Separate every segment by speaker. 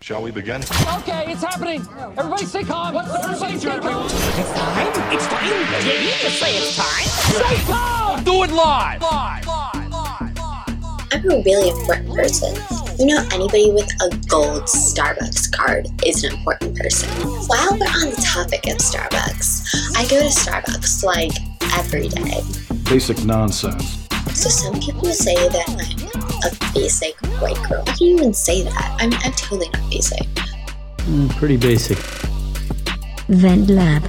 Speaker 1: Shall we begin?
Speaker 2: Okay, it's happening. Everybody stay calm. What's the procedure, everyone?
Speaker 3: It's time. It's time. Did you just say it's time?
Speaker 2: Stay calm. Do it live. Live.
Speaker 4: I'm a really important person. You know, anybody with a gold Starbucks card is an important person. While we're on the topic of Starbucks, I go to Starbucks like every day.
Speaker 5: Basic nonsense.
Speaker 4: So some people say that I'm a basic white girl. I can't even say that. I mean, I'm totally not basic.
Speaker 6: Pretty basic.
Speaker 7: Vent Lab.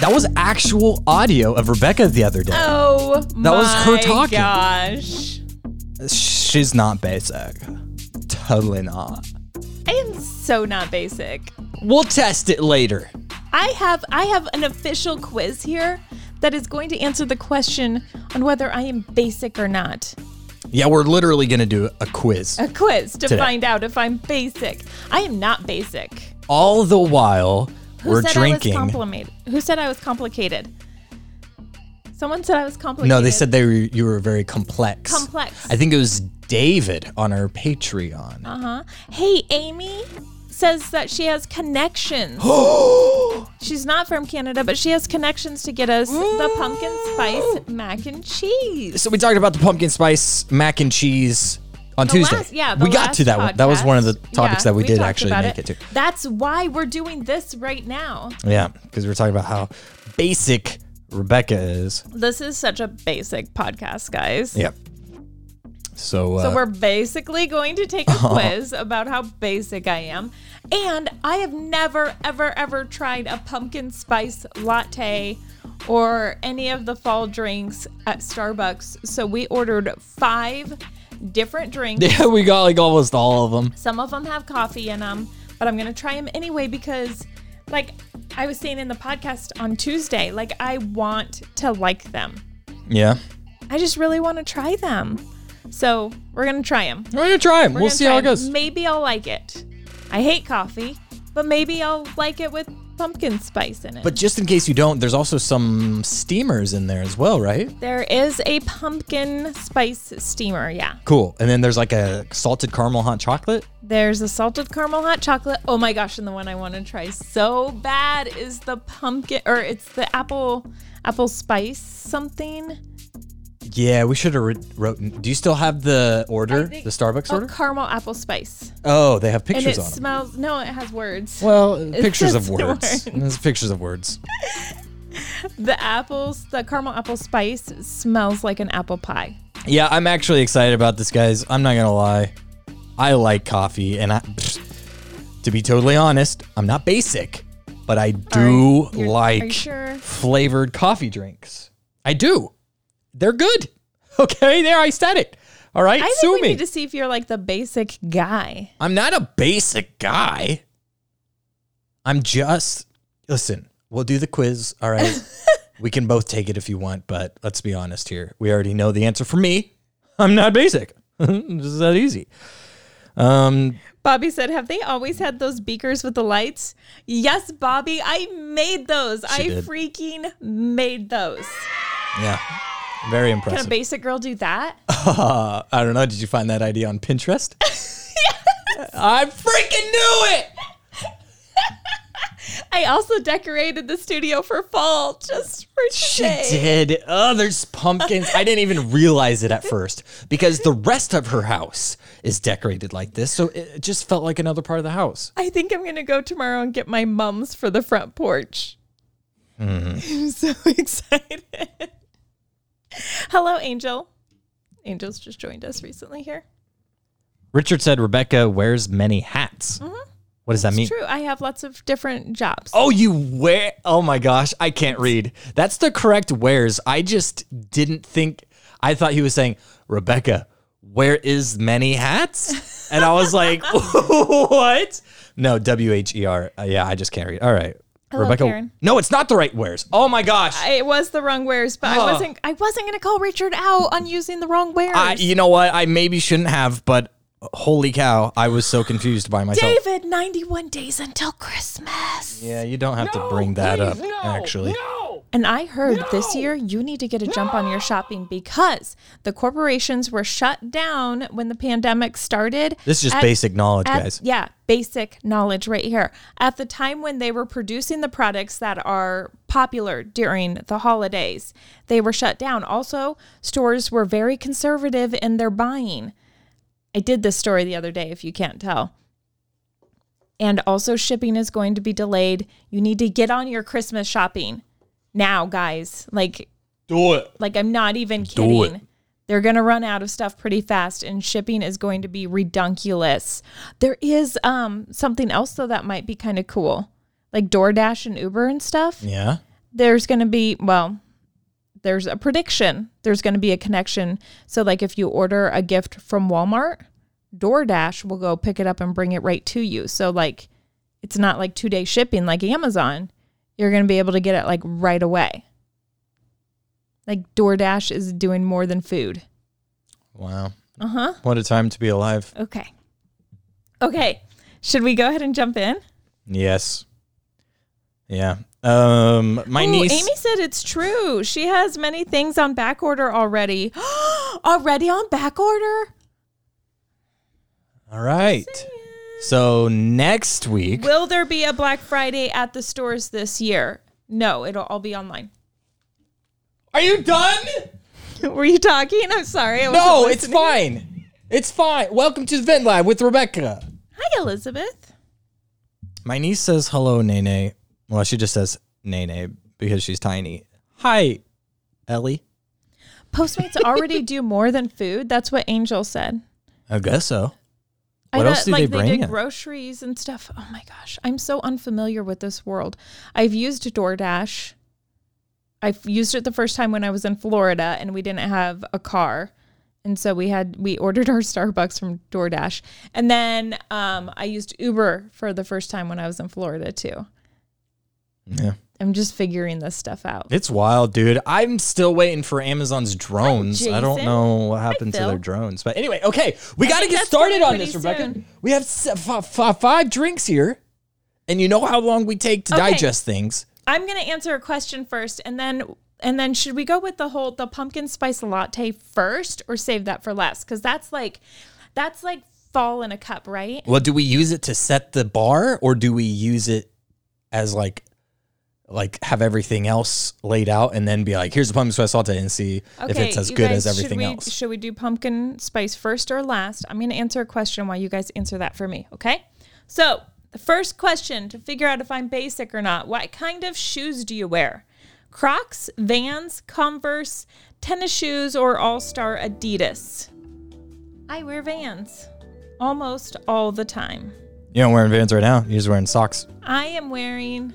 Speaker 8: That was actual audio of Rebecca the other day.
Speaker 9: Oh,
Speaker 8: That was her talking.
Speaker 9: Gosh,
Speaker 8: She's not basic. Totally not.
Speaker 9: I am so not basic.
Speaker 8: We'll test it later.
Speaker 9: I have I have an official quiz here that is going to answer the question on whether I am basic or not.
Speaker 8: Yeah, we're literally going to do a quiz.
Speaker 9: A quiz to
Speaker 8: Today.
Speaker 9: find out if I'm basic. I am not basic.
Speaker 8: All the while,
Speaker 9: Who
Speaker 8: we're
Speaker 9: said
Speaker 8: drinking.
Speaker 9: I was complimented? Who said I was complicated? Someone said I was complicated.
Speaker 8: no, they said they were, you were very complex.
Speaker 9: Complex.
Speaker 8: I think it was David on our Patreon.
Speaker 9: Hey, Amy says that she has connections. She's not from Canada, but she has connections to get us the pumpkin spice mac and cheese.
Speaker 8: so we talked about the pumpkin spice mac and cheese on
Speaker 9: The
Speaker 8: Tuesday.
Speaker 9: last- yeah, the
Speaker 8: we got to
Speaker 9: last
Speaker 8: that one. That was one of the
Speaker 9: podcast.
Speaker 8: topics
Speaker 9: Yeah,
Speaker 8: that we, did
Speaker 9: talked
Speaker 8: actually
Speaker 9: about
Speaker 8: make it, to.
Speaker 9: That's why we're doing this right now.
Speaker 8: Yeah, because we were talking about how basic Rebecca is.
Speaker 9: This is such a basic podcast, guys.
Speaker 8: Yep. So, uh,
Speaker 9: So we're basically going to take a quiz about how basic I am. And I have never, ever, ever tried a pumpkin spice latte or any of the fall drinks at Starbucks. So we ordered five different drinks.
Speaker 8: yeah, we got like almost all of them.
Speaker 9: Some of them have coffee in them, but I'm going to try them anyway because, like I was saying in the podcast on Tuesday, like I want to like them.
Speaker 8: Yeah,
Speaker 9: I just really want to try them. So we're going to try them.
Speaker 8: we're gonna try them.
Speaker 9: We're
Speaker 8: we'll
Speaker 9: gonna
Speaker 8: see
Speaker 9: try
Speaker 8: how it
Speaker 9: it.
Speaker 8: goes.
Speaker 9: Maybe I'll like it. I hate coffee, but maybe I'll like it with pumpkin spice in it.
Speaker 8: But just in case you don't, there's also some steamers in there as well, right?
Speaker 9: there is a pumpkin spice steamer, yeah.
Speaker 8: Cool. And then there's like a salted caramel hot chocolate.
Speaker 9: There's a salted caramel hot chocolate. Oh my gosh, and the one I want to try so bad is the pumpkin or it's the apple apple spice something.
Speaker 8: Yeah, we should have writ- wrote. Do you still have the order, the Starbucks
Speaker 9: Oh,
Speaker 8: order?
Speaker 9: caramel apple spice.
Speaker 8: oh, they have
Speaker 9: And
Speaker 8: pictures
Speaker 9: it
Speaker 8: on them.
Speaker 9: smells no, it has words.
Speaker 8: Well, pictures of
Speaker 9: just
Speaker 8: words.
Speaker 9: words.
Speaker 8: There's pictures of words.
Speaker 9: The apples, the caramel apple spice smells like an apple pie.
Speaker 8: Yeah, I'm actually excited about this, guys. I'm not gonna lie. I like coffee, and I, to be totally honest, I'm not basic, but I do
Speaker 9: Are you- are you
Speaker 8: like
Speaker 9: sure?
Speaker 8: flavored coffee drinks. I do. They're good. Okay, there I said it. All right,
Speaker 9: I think
Speaker 8: sue
Speaker 9: we
Speaker 8: me.
Speaker 9: need to see if you're like the basic guy.
Speaker 8: I'm not a basic guy. I'm just listen. We'll do the quiz. All right. we can both take it if you want, but let's be honest here. We already know the answer for me. I'm not basic. It's just that easy. Um,
Speaker 9: Bobby said, "Have they always had those beakers with the lights?" Yes, Bobby, I made those. I
Speaker 8: did.
Speaker 9: freaking made those.
Speaker 8: yeah, very
Speaker 9: Can a
Speaker 8: impressive.
Speaker 9: basic girl do that?
Speaker 8: Uh, I don't know. Did you find that idea on Pinterest? I freaking knew it.
Speaker 9: I also decorated the studio for fall just for
Speaker 8: She
Speaker 9: today.
Speaker 8: did. Oh, there's pumpkins. I didn't even realize it at first because the rest of her house is decorated like this. So it it just felt like another part of the house.
Speaker 9: I think I'm gonna go tomorrow and get my mums for the front porch.
Speaker 8: Mm-hmm.
Speaker 9: I'm so excited. Hello, Angel. Angel's just joined us recently here.
Speaker 8: Richard said Rebecca wears many hats. What does that mean?
Speaker 9: True, I have lots of different jobs.
Speaker 8: Oh, you wear. Oh my gosh, I can't read. That's the correct wears. I just didn't think. I thought he was saying Rebecca. Where is many hats? And I was like, what? No, W H E R. Uh, yeah, I just can't read. All right,
Speaker 9: Hello,
Speaker 8: Rebecca.
Speaker 9: Karen.
Speaker 8: No, it's not the right wears. Oh my gosh. I-
Speaker 9: it was the wrong wares, but
Speaker 8: Huh.
Speaker 9: I wasn't. I wasn't gonna call Richard out on using the wrong wares.
Speaker 8: you know what? I maybe shouldn't have, but holy cow, I was so confused by myself.
Speaker 9: David, ninety-one days until Christmas.
Speaker 8: Yeah, you don't have to bring that
Speaker 2: please,
Speaker 8: up.
Speaker 2: no,
Speaker 8: actually,
Speaker 2: no.
Speaker 9: And I heard this year you need to get a jump on your shopping because the corporations were shut down when the pandemic started.
Speaker 8: This is just
Speaker 9: At-
Speaker 8: basic knowledge,
Speaker 9: at-
Speaker 8: guys.
Speaker 9: Yeah, basic knowledge right here. At the time when they were producing the products that are popular during the holidays, they were shut down. Also, stores were very conservative in their buying. I did this story the other day, if you can't tell. And also, shipping is going to be delayed. You need to get on your Christmas shopping now, guys. Like,
Speaker 8: Do it.
Speaker 9: like I'm not even
Speaker 8: Do it.
Speaker 9: kidding. They're going to run out of stuff pretty fast and shipping is going to be redunculous. There is um something else though that might be kind of cool. Like DoorDash and Uber and stuff.
Speaker 8: Yeah.
Speaker 9: There's going to be well there's a prediction. There's going to be a connection. So like if you order a gift from Walmart, DoorDash will go pick it up and bring it right to you. So like it's not like 2-day shipping like Amazon. You're going to be able to get it like right away. Like DoorDash is doing more than food.
Speaker 8: Wow.
Speaker 9: Uh huh.
Speaker 8: What a time to be alive.
Speaker 9: Okay. Okay. Should we go ahead and jump in?
Speaker 8: Yes. Yeah. Um, my
Speaker 9: Ooh,
Speaker 8: niece.
Speaker 9: Amy said it's true. She has many things on back order already. already on back order?
Speaker 8: All right. So next week,
Speaker 9: Will there be a Black Friday at the stores this year? No, it'll all be online.
Speaker 8: are you done?
Speaker 9: Were you talking? I'm sorry. I wasn't
Speaker 8: No, it's
Speaker 9: listening.
Speaker 8: fine. It's fine. Welcome to Vent Live with Rebecca.
Speaker 9: Hi, Elizabeth.
Speaker 8: My niece says hello, Nene. Well, she just says Nene because she's tiny. Hi, Ellie.
Speaker 9: Postmates already do more than food. That's what Angel said.
Speaker 8: I guess so. What else do
Speaker 9: like
Speaker 8: they bring
Speaker 9: They
Speaker 8: ya?
Speaker 9: did groceries and stuff. Oh my gosh, I'm so unfamiliar with this world. I've used DoorDash. I've used it the first time when I was in Florida and we didn't have a car. And so we had we ordered our Starbucks from DoorDash. And then um, I used Uber for the first time when I was in Florida too.
Speaker 8: Yeah.
Speaker 9: I'm just figuring this stuff out.
Speaker 8: It's wild, dude. I'm still waiting for Amazon's drones. I don't
Speaker 9: Jason.
Speaker 8: know what happened to
Speaker 9: Phil.
Speaker 8: their drones. But anyway, okay, we got to
Speaker 9: think
Speaker 8: get
Speaker 9: that's
Speaker 8: started
Speaker 9: coming
Speaker 8: on this,
Speaker 9: pretty
Speaker 8: Rebecca.
Speaker 9: soon.
Speaker 8: We have s- f- f- five drinks here, and you know how long we take to
Speaker 9: Okay.
Speaker 8: digest things.
Speaker 9: I'm gonna answer a question first, and then and then should we go with the whole the pumpkin spice latte first, or save that for last? Because that's like that's like fall in a cup, right?
Speaker 8: Well, do we use it to set the bar, or do we use it as like, like have everything else laid out, and then be like, here's the pumpkin spice latte, and see if it's as
Speaker 9: you
Speaker 8: good
Speaker 9: guys,
Speaker 8: as everything
Speaker 9: should we,
Speaker 8: else.
Speaker 9: Should we do pumpkin spice first or last? I'm gonna answer a question while you guys answer that for me. Okay. So the first question to figure out if I'm basic or not: What kind of shoes do you wear? Crocs, Vans, Converse, tennis shoes, or All Star Adidas? I wear Vans almost all the time.
Speaker 8: You're not wearing Vans right now. You're just wearing socks.
Speaker 9: I am wearing,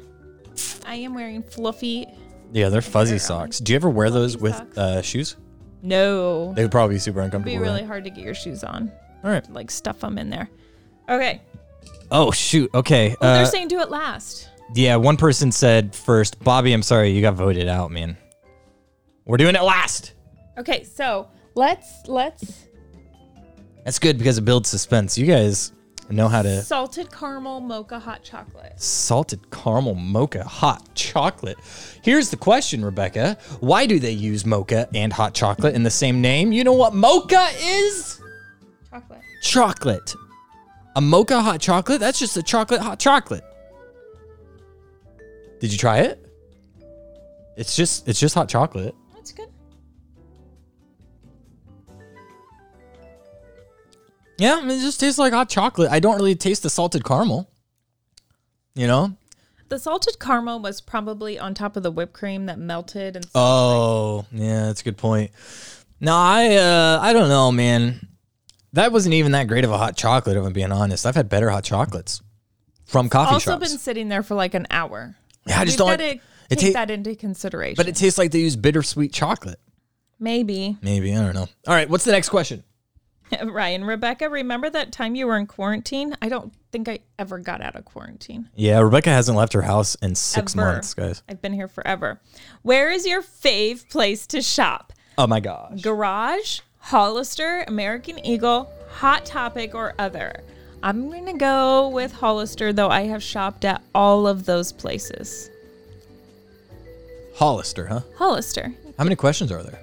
Speaker 9: I am wearing fluffy.
Speaker 8: Yeah, they're fuzzy socks. Do you ever wear those with
Speaker 9: socks.
Speaker 8: uh, shoes?
Speaker 9: No,
Speaker 8: They would probably be super
Speaker 9: it'd
Speaker 8: uncomfortable.
Speaker 9: be
Speaker 8: right?
Speaker 9: really hard to get your shoes on.
Speaker 8: All right.
Speaker 9: Like stuff them in there. Okay,
Speaker 8: Oh shoot. Okay.
Speaker 9: oh,
Speaker 8: Uh,
Speaker 9: they're saying do it last.
Speaker 8: yeah. One person said first, Bobby. I'm sorry, you got voted out, man. We're doing it last.
Speaker 9: Okay, so let's let's
Speaker 8: That's good because it builds suspense. You guys know how to
Speaker 9: salted caramel mocha hot chocolate.
Speaker 8: salted caramel mocha hot chocolate. Here's the question, Rebecca. Why do they use mocha and hot chocolate in the same name? You know what mocha is?
Speaker 9: Chocolate.
Speaker 8: Chocolate. A mocha hot chocolate? That's just a chocolate hot chocolate. Did you try it? It's just it's just hot chocolate.
Speaker 9: That's good.
Speaker 8: Yeah, it just tastes like hot chocolate. I don't really taste the salted caramel. You know?
Speaker 9: The salted caramel was probably on top of the whipped cream that melted and
Speaker 8: Oh, yeah, that's a good point. No, I uh I don't know, man. That wasn't even that great of a hot chocolate, if I'm being honest. I've had better hot chocolates from coffee
Speaker 9: also
Speaker 8: shops.
Speaker 9: been sitting there for like an hour.
Speaker 8: yeah, I just
Speaker 9: We've
Speaker 8: don't.
Speaker 9: got to
Speaker 8: it
Speaker 9: take
Speaker 8: ta-
Speaker 9: that into consideration.
Speaker 8: but it tastes like they use bittersweet chocolate.
Speaker 9: maybe.
Speaker 8: Maybe I don't know. All right, what's the next question?
Speaker 9: Ryan, Rebecca, remember that time you were in quarantine? I don't think I ever got out of quarantine.
Speaker 8: Yeah, Rebecca hasn't left her house in six
Speaker 9: Ever.
Speaker 8: months, guys.
Speaker 9: I've been here forever. Where is your fave place to shop?
Speaker 8: Oh my gosh.
Speaker 9: Garage, Hollister, American Eagle, Hot Topic, or other? I'm going to go with Hollister, though I have shopped at all of those places.
Speaker 8: Hollister, huh?
Speaker 9: Hollister.
Speaker 8: How many questions are there?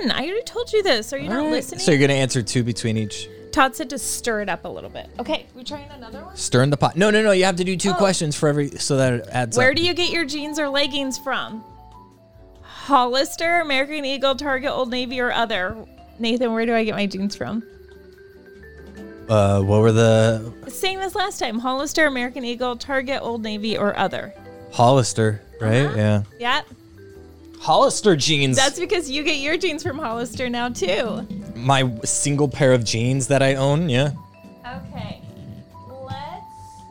Speaker 9: 10. I already told you this. Are you not
Speaker 8: All right.
Speaker 9: listening?
Speaker 8: So you're gonna answer two between each.
Speaker 9: Todd said to stir it up a little bit. Okay, we trying another one?
Speaker 8: Stir in the pot. No, no, no. You have to do two
Speaker 9: Oh.
Speaker 8: questions for every, so that it adds
Speaker 9: Where
Speaker 8: up.
Speaker 9: do you get your jeans or leggings from? Hollister, American Eagle, Target, Old Navy, or other? Nathan, where do I get my jeans from?
Speaker 8: uh, what were the
Speaker 9: Same as last time. Hollister, American Eagle, Target, Old Navy, or other.
Speaker 8: Hollister? Right? Yeah.
Speaker 9: Yep.
Speaker 8: Hollister jeans.
Speaker 9: Uh-huh. That's because you get your jeans from Hollister now too.
Speaker 8: my single pair of jeans that I own. Yeah.
Speaker 9: Okay. Let's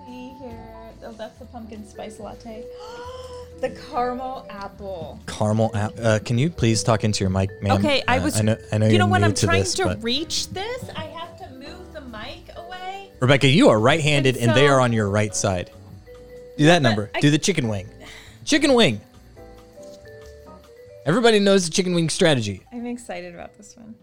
Speaker 9: see here. Oh, that's the pumpkin spice latte. the caramel apple.
Speaker 8: Caramel. app- Uh, can you please talk into your mic, ma'am?
Speaker 9: Okay, I
Speaker 8: Uh,
Speaker 9: was.
Speaker 8: I know. I know.
Speaker 9: you
Speaker 8: you're
Speaker 9: know when
Speaker 8: new
Speaker 9: I'm
Speaker 8: to
Speaker 9: trying
Speaker 8: this,
Speaker 9: to
Speaker 8: but-
Speaker 9: reach this, I have to move the mic away.
Speaker 8: Rebecca, you are right-handed, and,
Speaker 9: And
Speaker 8: they
Speaker 9: so-
Speaker 8: are on your right side. Do that number.
Speaker 9: I-
Speaker 8: Do the chicken wing. Chicken wing. Everybody knows the chicken wing strategy.
Speaker 9: I'm excited about this one.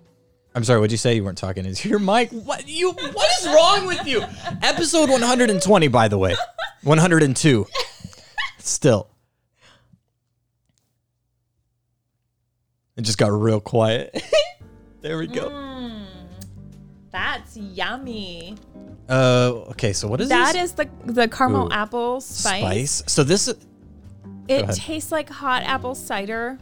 Speaker 8: I'm sorry. What'd you say? You weren't talking. Is your mic? What you? What is wrong with you? Episode 120, by the way. 102. Still. It just got real quiet. there we
Speaker 9: Mm.
Speaker 8: go.
Speaker 9: That's yummy.
Speaker 8: Uh. Okay. So what is
Speaker 9: That
Speaker 8: this?
Speaker 9: is the the caramel
Speaker 8: Ooh.
Speaker 9: apple spice.
Speaker 8: spice. So this.
Speaker 9: It
Speaker 8: ahead.
Speaker 9: tastes like hot apple cider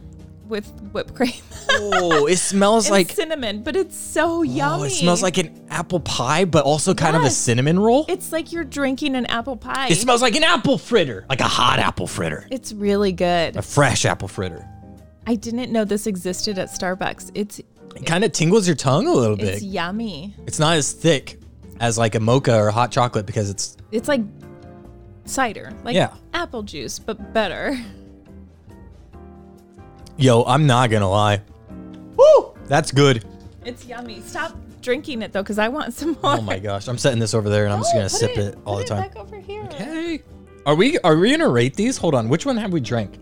Speaker 9: with whipped cream
Speaker 8: Oh, it smells
Speaker 9: and
Speaker 8: like.
Speaker 9: cinnamon, but it's so yummy.
Speaker 8: Oh, it smells like an apple pie, but also kind of a
Speaker 9: Yes.
Speaker 8: cinnamon roll. It,
Speaker 9: it's like you're drinking an apple pie.
Speaker 8: smells like an apple fritter, like a hot apple fritter,
Speaker 9: it's really good.
Speaker 8: a fresh apple fritter.
Speaker 9: I didn't know this existed at Starbucks. It's
Speaker 8: It kind of tingles your tongue a little bit.
Speaker 9: it's yummy.
Speaker 8: It's not as thick as like a mocha or hot chocolate because it's
Speaker 9: It's like cider, like
Speaker 8: Yeah.
Speaker 9: apple juice, but better.
Speaker 8: yo, I'm not gonna lie. Woo! That's good.
Speaker 9: It's yummy. Stop drinking it though, because I want some more.
Speaker 8: Oh my gosh. I'm setting this over there and I'm just
Speaker 9: Oh,
Speaker 8: gonna
Speaker 9: put
Speaker 8: sip it, all
Speaker 9: put
Speaker 8: the time.
Speaker 9: Back over here.
Speaker 8: Hey. Are we are we gonna rate these? Hold on, which one have we drank?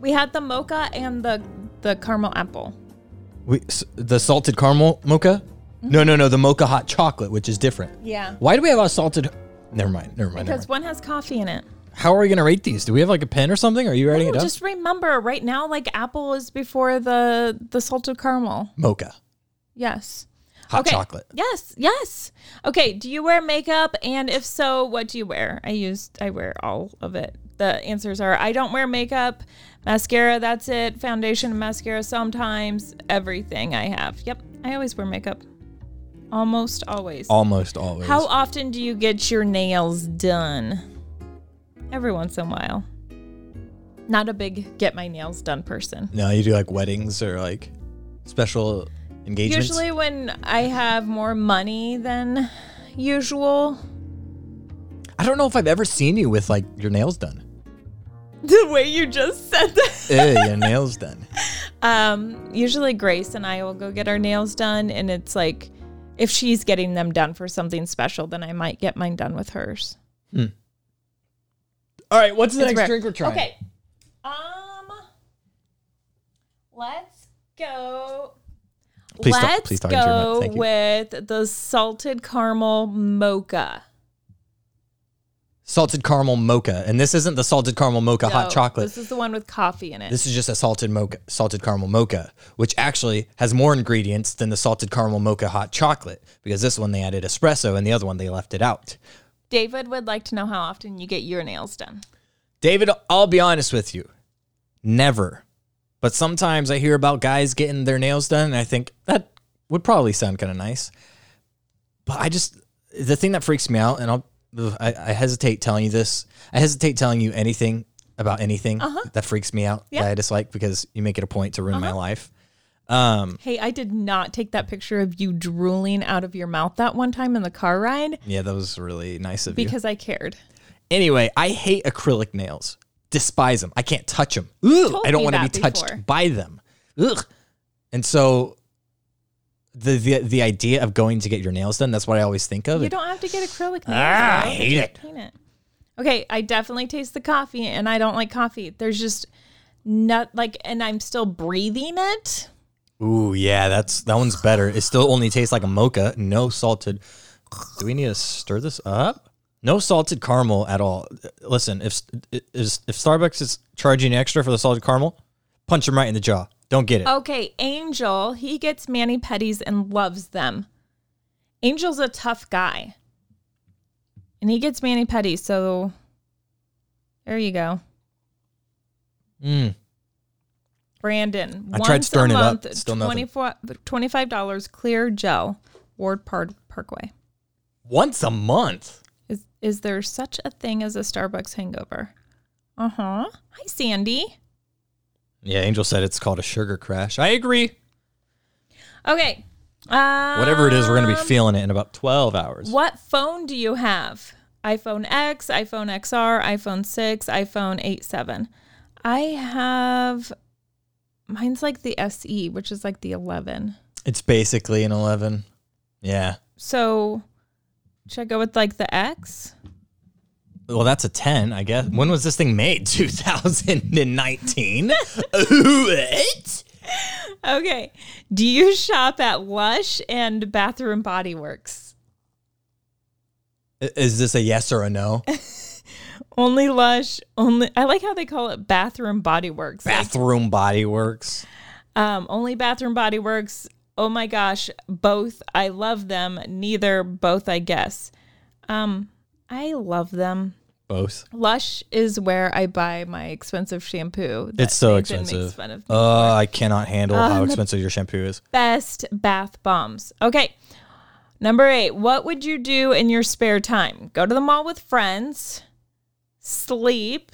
Speaker 9: We had the mocha and the the caramel apple.
Speaker 8: We s- the salted caramel mocha? No, no, no, the mocha hot chocolate, which is different.
Speaker 9: Mm-hmm. Yeah.
Speaker 8: Why do we have a salted Never mind. Never mind. never
Speaker 9: Because one has coffee in it.
Speaker 8: How are we gonna rate these? Do we have like a pen or something? Are you writing
Speaker 9: No,
Speaker 8: it up?
Speaker 9: just remember, right now, like apple is before the the salted caramel.
Speaker 8: Mocha,
Speaker 9: Yes.
Speaker 8: hot
Speaker 9: okay.
Speaker 8: chocolate.
Speaker 9: Yes. Yes. Okay. Do you wear makeup? And if so, what do you wear? I used. I wear all of it. The answers are: I don't wear makeup, mascara. That's it. Foundation and mascara. Sometimes everything I have. Yep. I always wear makeup. Almost always.
Speaker 8: Almost always.
Speaker 9: How often do you get your nails done? Every once in a while. Not a big get my nails done person.
Speaker 8: no, you do like weddings or like special engagements.
Speaker 9: Usually, when I have more money than usual,
Speaker 8: I don't know if I've ever seen you with like your nails done.
Speaker 9: the way you just said that.
Speaker 8: Ew, your nails done.
Speaker 9: Um, usually, Grace and I will go get our nails done, and it's like if she's getting them done for something special, then I might get mine done with hers.
Speaker 8: All right, what's the
Speaker 9: It's
Speaker 8: next
Speaker 9: rare.
Speaker 8: drink we're trying?
Speaker 9: Okay. Um, let's go.
Speaker 8: Please talk-
Speaker 9: let's
Speaker 8: please talk
Speaker 9: go
Speaker 8: into your mic. Thank you.
Speaker 9: with the salted caramel mocha.
Speaker 8: Salted caramel mocha, and this isn't the salted caramel mocha hot
Speaker 9: No,
Speaker 8: chocolate.
Speaker 9: This is the one with coffee in it.
Speaker 8: This is just a salted mocha, salted caramel mocha, which actually has more ingredients than the salted caramel mocha hot chocolate because this one they added espresso and the other one they left it out.
Speaker 9: David would like to know how often you get your nails done.
Speaker 8: David, I'll be honest with you. Never. But sometimes I hear about guys getting their nails done and I think that would probably sound kind of nice. But I just, the thing that freaks me out, and I'll, ugh, I, I hesitate telling you this, I hesitate telling you anything about anything that freaks me out
Speaker 9: Yeah.
Speaker 8: that I dislike because you make it a point to ruin my life.
Speaker 9: Hey, I did not take that picture of you drooling out of your mouth that one time in the car ride
Speaker 8: Yeah, that was really nice of you.
Speaker 9: because I cared.
Speaker 8: Anyway, I hate acrylic nails. Despise them. I can't touch them. Ugh,
Speaker 9: told
Speaker 8: I don't
Speaker 9: me
Speaker 8: want to be
Speaker 9: that
Speaker 8: touched
Speaker 9: before.
Speaker 8: by them. Ugh. And so the, the the idea of going to get your nails done, that's what I always think of.
Speaker 9: You don't have to get acrylic nails.
Speaker 8: Ah,
Speaker 9: though.
Speaker 8: I hate it.
Speaker 9: Paint it. Okay, I definitely taste the coffee, and I don't like coffee. There's just not like, and I'm still breathing it.
Speaker 8: Ooh, yeah, that's that one's better. It still only tastes like a mocha, no salted. Do we need to stir this up? No salted caramel at all. Listen, if is if Starbucks is charging extra for the salted caramel, Punch him right in the jaw. Don't get it.
Speaker 9: Okay, Angel, he gets mani pedis and loves them. Angel's a tough guy. And he gets mani pedis, so there you go.
Speaker 8: Mm.
Speaker 9: Brandon,
Speaker 8: I
Speaker 9: once
Speaker 8: tried stirring
Speaker 9: a
Speaker 8: it up,
Speaker 9: month,
Speaker 8: still nothing.
Speaker 9: 24 $25 clear gel, Ward Park Parkway.
Speaker 8: Once a month.
Speaker 9: Is is there such a thing as a Starbucks hangover? Uh huh. Hi, Sandy.
Speaker 8: Yeah, Angel said it's called a sugar crash. I agree.
Speaker 9: Okay. Um,
Speaker 8: Whatever it is, we're going to be feeling it in about 12 hours.
Speaker 9: What phone do you have? iPhone X, iPhone XR, iPhone 6, iPhone 8, 7. I have. Mine's like the SE, which is like the 11.
Speaker 8: It's basically an 11. Yeah.
Speaker 9: So should I go with like the X?
Speaker 8: Well, that's a 10, I guess. When was this thing made? 2019? what?
Speaker 9: Okay. Do you shop at Lush and Bathroom Body Works?
Speaker 8: I- Is this a yes or a no?
Speaker 9: Only Lush, only. I like how they call it Bathroom Body Works. Like,
Speaker 8: Bathroom Body Works.
Speaker 9: Um, only Bathroom Body Works. Oh my gosh, both. I love them. Neither, both, I guess. Um, I love them.
Speaker 8: Both.
Speaker 9: Lush is where I buy my expensive shampoo. that
Speaker 8: It's so
Speaker 9: Nathan makes
Speaker 8: expensive.
Speaker 9: fun of me
Speaker 8: Uh, I cannot handle how
Speaker 9: Um,
Speaker 8: expensive your shampoo is.
Speaker 9: Best bath bombs. Okay. Number eight, what would you do in your spare time? Go to the mall with friends, sleep.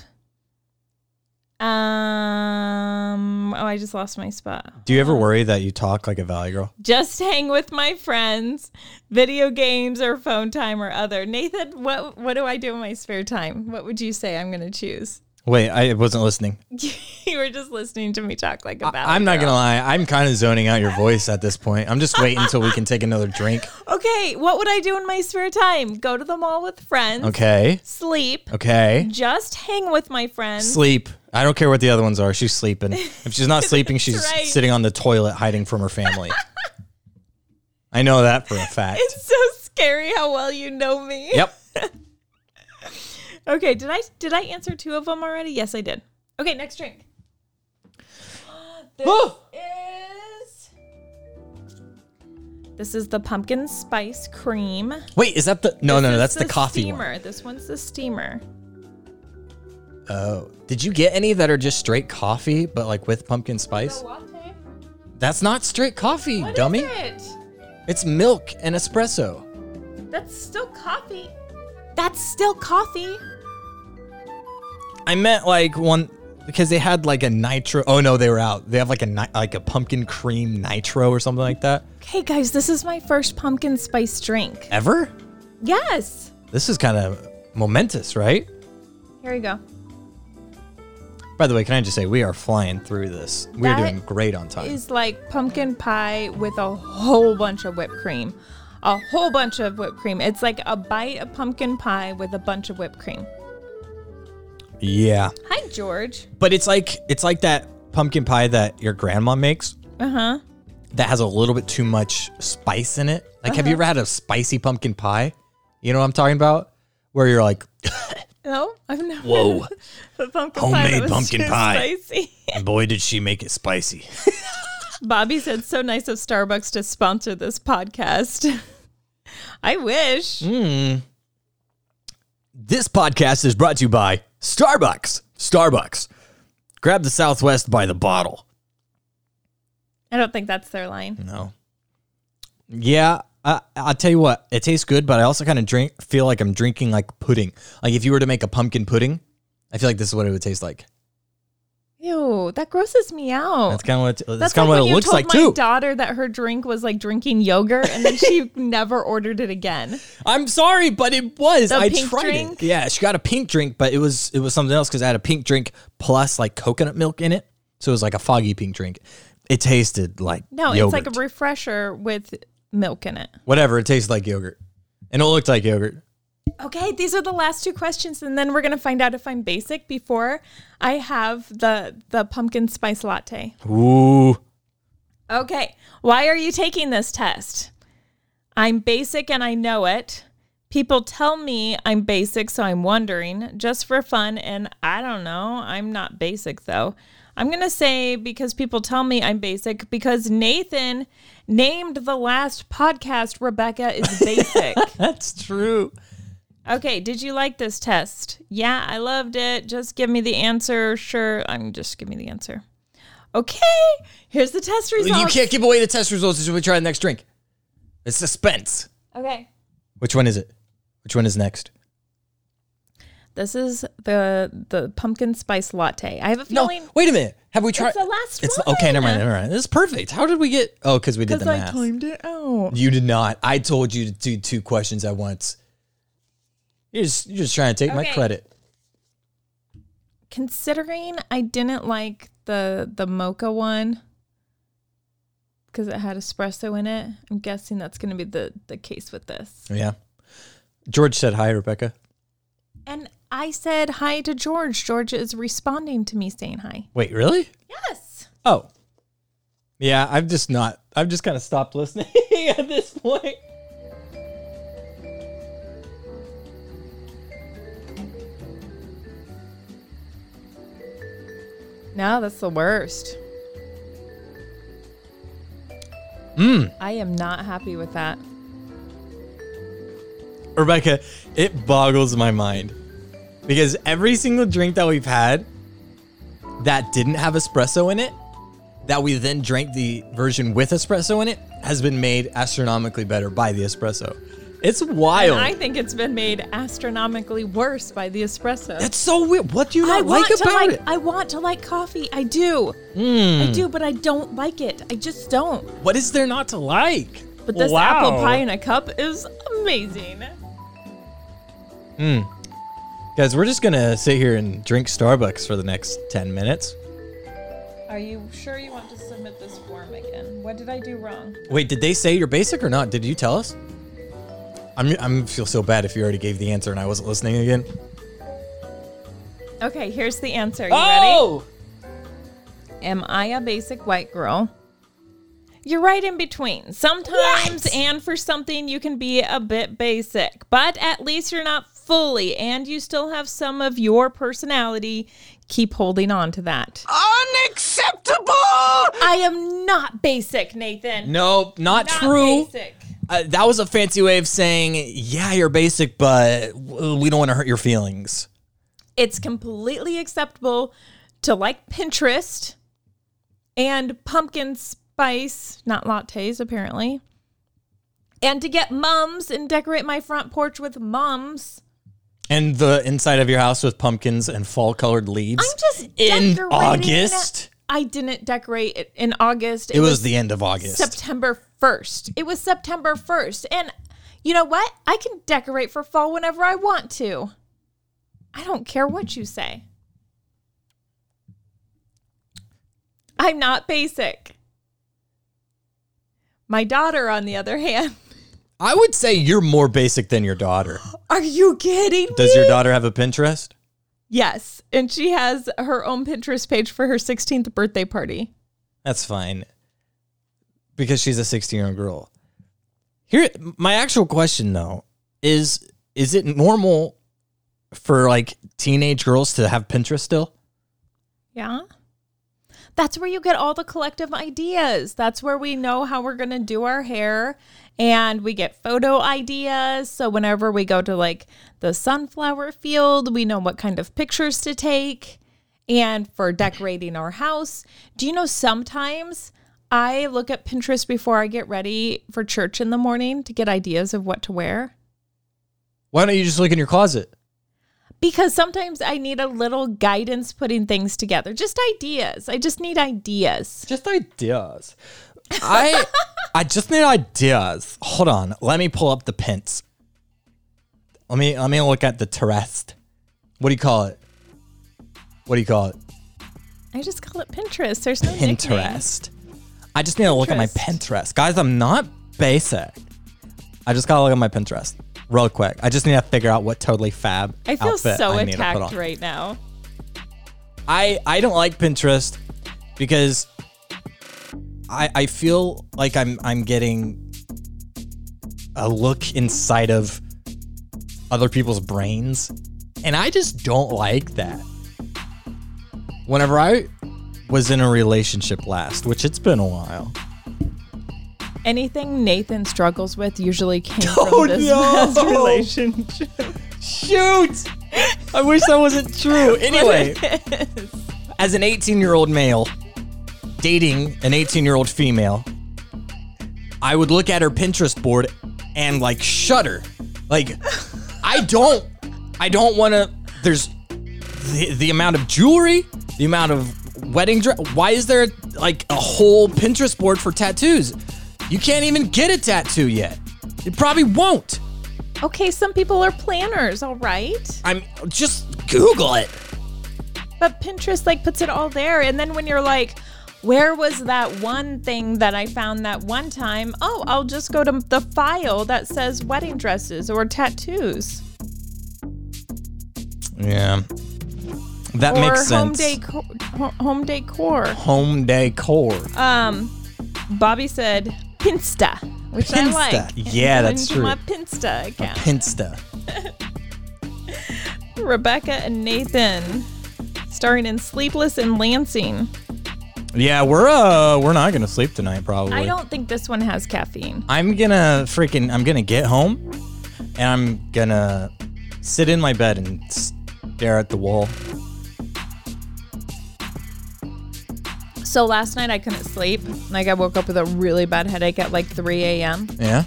Speaker 9: Um, oh, I just lost my spot.
Speaker 8: Do you ever worry that you talk like a Valley Girl?
Speaker 9: just hang with my friends, video games or phone time or other. Nathan, what what do I do in my spare time? What would you say I'm going to choose?
Speaker 8: Wait, I wasn't listening.
Speaker 9: you were just listening to me talk like a battle.
Speaker 8: I'm not gonna lie. I'm kind of zoning out your voice at this point. I'm just waiting until we can take another drink.
Speaker 9: Okay, what would I do in my spare time? Go to the mall with friends.
Speaker 8: Okay.
Speaker 9: Sleep.
Speaker 8: Okay.
Speaker 9: Just hang with my friends.
Speaker 8: Sleep. I don't care what the other ones are. She's sleeping. If she's not sleeping, she's
Speaker 9: right.
Speaker 8: sitting on the toilet hiding from her family. I know that for a fact.
Speaker 9: It's so scary how well you know me.
Speaker 8: Yep.
Speaker 9: Okay, did I did I answer two of them already? Yes, I did. Okay, next drink. This is This is the pumpkin spice cream.
Speaker 8: Wait, is that the No,
Speaker 9: This
Speaker 8: no, no,
Speaker 9: is
Speaker 8: that's the, coffee
Speaker 9: steamer. This one's the steamer.
Speaker 8: one. Oh. Did you get any that are just straight coffee but like with pumpkin spice?
Speaker 9: latte?
Speaker 8: That's not straight coffee,
Speaker 9: What is
Speaker 8: dummy.
Speaker 9: it?
Speaker 8: It's milk and espresso.
Speaker 9: That's still coffee. That's still coffee.
Speaker 8: I meant like one because they had like a nitro. Oh no, they were out. They have like a ni- like a pumpkin cream nitro or something like that.
Speaker 9: Okay, guys, this is my first pumpkin spice drink.
Speaker 8: Ever?
Speaker 9: Yes.
Speaker 8: This is kind of momentous, right?
Speaker 9: Here you go.
Speaker 8: By the way, can I just say we are flying through this. We are
Speaker 9: That
Speaker 8: doing great on time.
Speaker 9: is like pumpkin pie with a whole bunch of whipped cream. A whole bunch of whipped cream. It's like a bite of pumpkin pie with a bunch of whipped cream.
Speaker 8: yeah,
Speaker 9: Hi, George.
Speaker 8: but it's like it's like that pumpkin pie that your grandma makes
Speaker 9: Uh huh.
Speaker 8: that has a little bit too much spice in it. Like, have you
Speaker 9: Uh-huh.
Speaker 8: ever had a spicy pumpkin pie? You know what I'm talking about? Where you're like,
Speaker 9: No, I've never.
Speaker 8: whoa,
Speaker 9: The pumpkin pie
Speaker 8: Homemade
Speaker 9: that was
Speaker 8: pumpkin
Speaker 9: too
Speaker 8: pie.
Speaker 9: Spicy.
Speaker 8: boy, did she make it spicy.
Speaker 9: Bobby said, "So nice of Starbucks to sponsor this podcast." I wish.
Speaker 8: Mm. This podcast is brought to you by Starbucks. Starbucks. Grab the Southwest by the bottle.
Speaker 9: I don't think that's their line.
Speaker 8: No. Yeah, I, I'll tell you what. It tastes good, but I also kind of drink feel like I'm drinking like pudding. Like if you were to make a pumpkin pudding, I feel like this is what it would taste like.
Speaker 9: Ew, that grosses me out.
Speaker 8: That's kind of what. It, that's
Speaker 9: like
Speaker 8: kind of
Speaker 9: when
Speaker 8: what it
Speaker 9: you
Speaker 8: looks
Speaker 9: told
Speaker 8: like
Speaker 9: my
Speaker 8: too.
Speaker 9: daughter that her drink was like drinking yogurt, and then she never ordered it again.
Speaker 8: I'm sorry, but it was.
Speaker 9: The
Speaker 8: I
Speaker 9: pink
Speaker 8: tried
Speaker 9: drink?
Speaker 8: it. Yeah, she got a pink drink, but it was it was something else because I had a pink drink plus like coconut milk in it, so it was like a foggy pink drink. It tasted like
Speaker 9: No, it's like
Speaker 8: yogurt.
Speaker 9: a refresher with milk in it.
Speaker 8: whatever. It tastes like yogurt, and it looked like yogurt.
Speaker 9: Okay, these are the last two questions, and then we're gonna find out if I'm basic before I have the the pumpkin spice latte.
Speaker 8: Ooh,
Speaker 9: Okay, why are you taking this test? I'm basic and I know it. People tell me I'm basic, so I'm wondering just for fun. And I don't know, I'm not basic though. I'm going to say because people tell me I'm basic because Nathan named the last podcast Rebecca is basic.
Speaker 8: That's true.
Speaker 9: okay, did you like this test? Yeah, I loved it. Just give me the answer. Sure, I'm just give me the answer. Okay, here's the test results.
Speaker 8: You can't give away the test results until we try the next drink. It's suspense.
Speaker 9: Okay.
Speaker 8: Which one is it? Which one is next?
Speaker 9: This is the the pumpkin spice latte. I have a
Speaker 8: No,
Speaker 9: feeling
Speaker 8: wait a minute. Have we tried?
Speaker 9: the last
Speaker 8: It's
Speaker 9: one.
Speaker 8: okay. Never mind. Never mind. This is perfect. How did we get? Oh, because we did the math.
Speaker 9: it out.
Speaker 8: You did not. I told you to do two questions at once. You're just, you're just trying to take my
Speaker 9: Okay.
Speaker 8: credit.
Speaker 9: Considering I didn't like the the mocha one because it had espresso in it, I'm guessing that's going to be the the case with this.
Speaker 8: Yeah. George said hi, Rebecca.
Speaker 9: And I said hi to George. George is responding to me saying hi.
Speaker 8: Wait, really?
Speaker 9: Yes.
Speaker 8: Oh. Yeah, I've just not. I've just kind of stopped listening at this point.
Speaker 9: No, that's the worst.
Speaker 8: Mm.
Speaker 9: I am not happy with that.
Speaker 8: Rebecca, it boggles my mind because every single drink that we've had that didn't have espresso in it, that we then drank the version with espresso in it, has been made astronomically better by the espresso. It's wild.
Speaker 9: I think it's been made astronomically worse by the espresso.
Speaker 8: That's so weird. What do you
Speaker 9: I
Speaker 8: not like
Speaker 9: want to
Speaker 8: about
Speaker 9: like
Speaker 8: it? Hmm.
Speaker 9: I want to like coffee. I do. I do, but I don't like it. I just don't.
Speaker 8: what is there not to like?
Speaker 9: But this
Speaker 8: Wow.
Speaker 9: apple pie in a cup is amazing.
Speaker 8: Guys, we're just gonna sit here and drink Starbucks for the next ten minutes.
Speaker 9: Are you sure you want to submit this form again? What did I do wrong?
Speaker 8: Wait, did they say you're basic or not? Did you tell us? I'm I'm feel so bad if you already gave the answer and I wasn't listening again.
Speaker 9: Okay, here's the answer. You
Speaker 8: Oh!
Speaker 9: ready? Am I a basic white girl? You're right in between. Sometimes and for something you can be a bit basic, but at least you're not fully and you still have some of your personality. Keep holding on to that.
Speaker 8: Unacceptable!
Speaker 9: I am not basic, Nathan.
Speaker 8: No, not,
Speaker 9: Not
Speaker 8: true.
Speaker 9: basic.
Speaker 8: Uh, that was a fancy way of saying, yeah, you're basic, but w- we don't want to hurt your feelings.
Speaker 9: It's completely acceptable to like Pinterest and pumpkin spice, not lattes apparently. And to get mums and decorate my front porch with mums.
Speaker 8: And the inside of your house with pumpkins and fall colored leaves.
Speaker 9: I'm just
Speaker 8: in
Speaker 9: decorating
Speaker 8: August.
Speaker 9: I didn't decorate it in August.
Speaker 8: It, was, the end of August.
Speaker 9: September 1st. It was September 1st. And you know what? I can decorate for fall whenever I want to. I don't care what you say. I'm not basic. My daughter, on the other hand,
Speaker 8: I would say you're more basic than your daughter.
Speaker 9: are you kidding me?
Speaker 8: Does your daughter have a Pinterest?
Speaker 9: Yes. And she has her own Pinterest page for her 16th birthday party.
Speaker 8: That's fine. Because she's a 16 year old girl. Here, my actual question though is is it normal for like teenage girls to have Pinterest still?
Speaker 9: Yeah. That's where you get all the collective ideas. That's where we know how we're going to do our hair and we get photo ideas. So whenever we go to like the sunflower field, we know what kind of pictures to take and for decorating our house. Do you know sometimes I look at Pinterest before I get ready for church in the morning to get ideas of what to wear?
Speaker 8: Why don't you just look in your closet?
Speaker 9: because sometimes I need a little guidance putting things together. Just ideas. I just need ideas.
Speaker 8: Just ideas. I I just need ideas. Hold on. Let me pull up the pins. Let me let me look at the Terrest. What do you call it? What do you call it?
Speaker 9: I just call it Pinterest. There's no nickname.
Speaker 8: Pinterest. I just need to look at my Pinterest. Guys, I'm not basic. I just gotta look at my Pinterest real quick. I just need to figure out what totally fab.
Speaker 9: I feel
Speaker 8: outfit
Speaker 9: so
Speaker 8: I need to put
Speaker 9: attacked
Speaker 8: on.
Speaker 9: right now.
Speaker 8: I, I don't like Pinterest because I I feel like I'm I'm getting a look inside of other people's brains. And I just don't like that. Whenever I was in a relationship last, which it's been a while.
Speaker 9: Anything Nathan struggles with usually came
Speaker 8: Oh,
Speaker 9: from this past relationship.
Speaker 8: Shoot! I wish that wasn't true. Anyway, as an 18 year old male dating an 18 year old female, I would look at her Pinterest board and like shudder. Like, I don't, I don't want to. There's the, the amount of jewelry, the amount of wedding dress. Why is there like a whole Pinterest board for tattoos? You can't even get a tattoo yet. You probably won't.
Speaker 9: Okay, some people are planners, all right?
Speaker 8: I'm just Google it.
Speaker 9: But Pinterest like puts it all there and then when you're like where was that one thing that I found that one time? Oh, I'll just go to the file that says wedding dresses or tattoos
Speaker 8: Yeah. That
Speaker 9: or
Speaker 8: makes
Speaker 9: home
Speaker 8: sense.
Speaker 9: decor. ho- Home decor.
Speaker 8: Home decor.
Speaker 9: Um, Bobby said Pinsta, which
Speaker 8: Pinsta.
Speaker 9: I like.
Speaker 8: Yeah,
Speaker 9: And
Speaker 8: that's
Speaker 9: into
Speaker 8: true.
Speaker 9: My Pinsta account.
Speaker 8: Pinsta.
Speaker 9: Rebecca and Nathan, starring in Sleepless and Lansing.
Speaker 8: Yeah, we're uh we're not gonna sleep tonight probably.
Speaker 9: I don't think this one has caffeine.
Speaker 8: I'm gonna freaking I'm gonna get home and I'm gonna sit in my bed and stare at the wall.
Speaker 9: So last night I couldn't sleep. Like I woke up with a really bad headache at like 3 a.m.
Speaker 8: Yeah.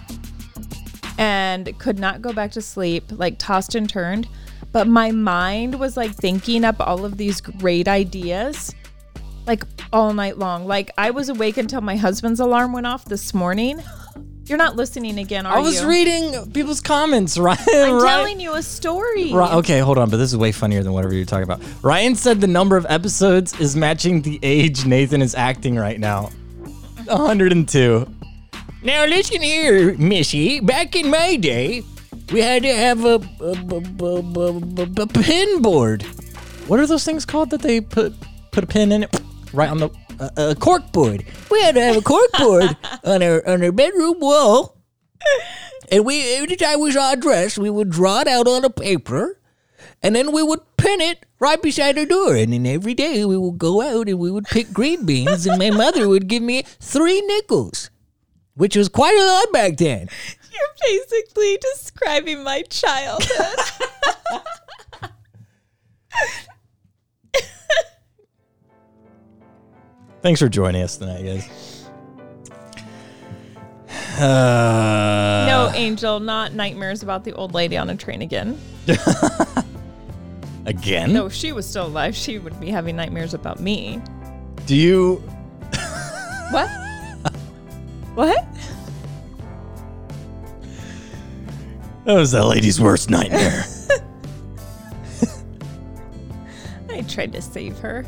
Speaker 9: and could not go back to sleep, like tossed and turned. But my mind was like thinking up all of these great ideas, like all night long. Like I was awake until my husband's alarm went off this morning. You're not listening again, are
Speaker 8: I was
Speaker 9: you?
Speaker 8: reading people's comments, right?
Speaker 9: I'm
Speaker 8: right?
Speaker 9: telling you a
Speaker 8: Ri-
Speaker 9: story.
Speaker 8: okay, hold on, but this is way funnier than whatever you're talking about. Ryan said the number of episodes is matching the age Nathan is acting right now 102. Now, listen here, Missy. Back in my day, we had to have a, a, b- b- b- b- b- pin board. What are those things called that they put put a pin in it? Right on the a, a cork board. We had to have a cork board on our on our bedroom wall. And we, every time we saw a dress, we would draw it out on a paper, and then we would pin it right beside our door. And then every day we would go out and we would pick green beans, and my mother would give me three nickels, which was quite a lot back then.
Speaker 9: You're basically describing my childhood.
Speaker 8: Thanks for joining us tonight, guys. Uh,
Speaker 9: no, Angel, not nightmares about the old lady on a train again.
Speaker 8: Again?
Speaker 9: No, if she was still alive. She would be having nightmares about me.
Speaker 8: Do you
Speaker 9: What? what?
Speaker 8: That was that lady's worst nightmare.
Speaker 9: I tried to save her.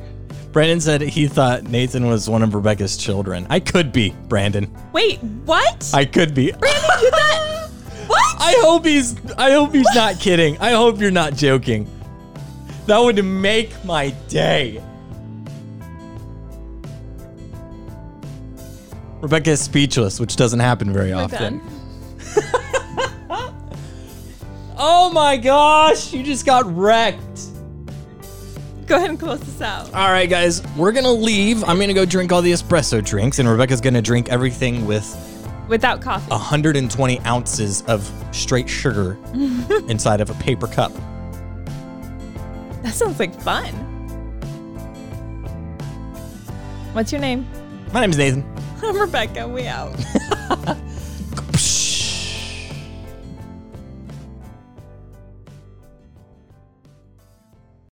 Speaker 8: Brandon said he thought Nathan was one of Rebecca's children. I could be, Brandon.
Speaker 9: Wait, what?
Speaker 8: I could be.
Speaker 9: Brandon, you thought what?
Speaker 8: I hope he's I hope he's not kidding. I hope you're not joking. That would make my day. Rebecca is speechless, which doesn't happen very often. Oh my gosh, you just got wrecked.
Speaker 9: Go ahead and close this out.
Speaker 8: All right, guys, we're gonna leave. I'm gonna go drink all the espresso drinks, and Rebecca's gonna drink everything with
Speaker 9: Without coffee.
Speaker 8: 120 ounces of straight sugar inside of a paper cup.
Speaker 9: That sounds like fun. What's your name?
Speaker 8: My name's Nathan.
Speaker 9: I'm Rebecca. We out.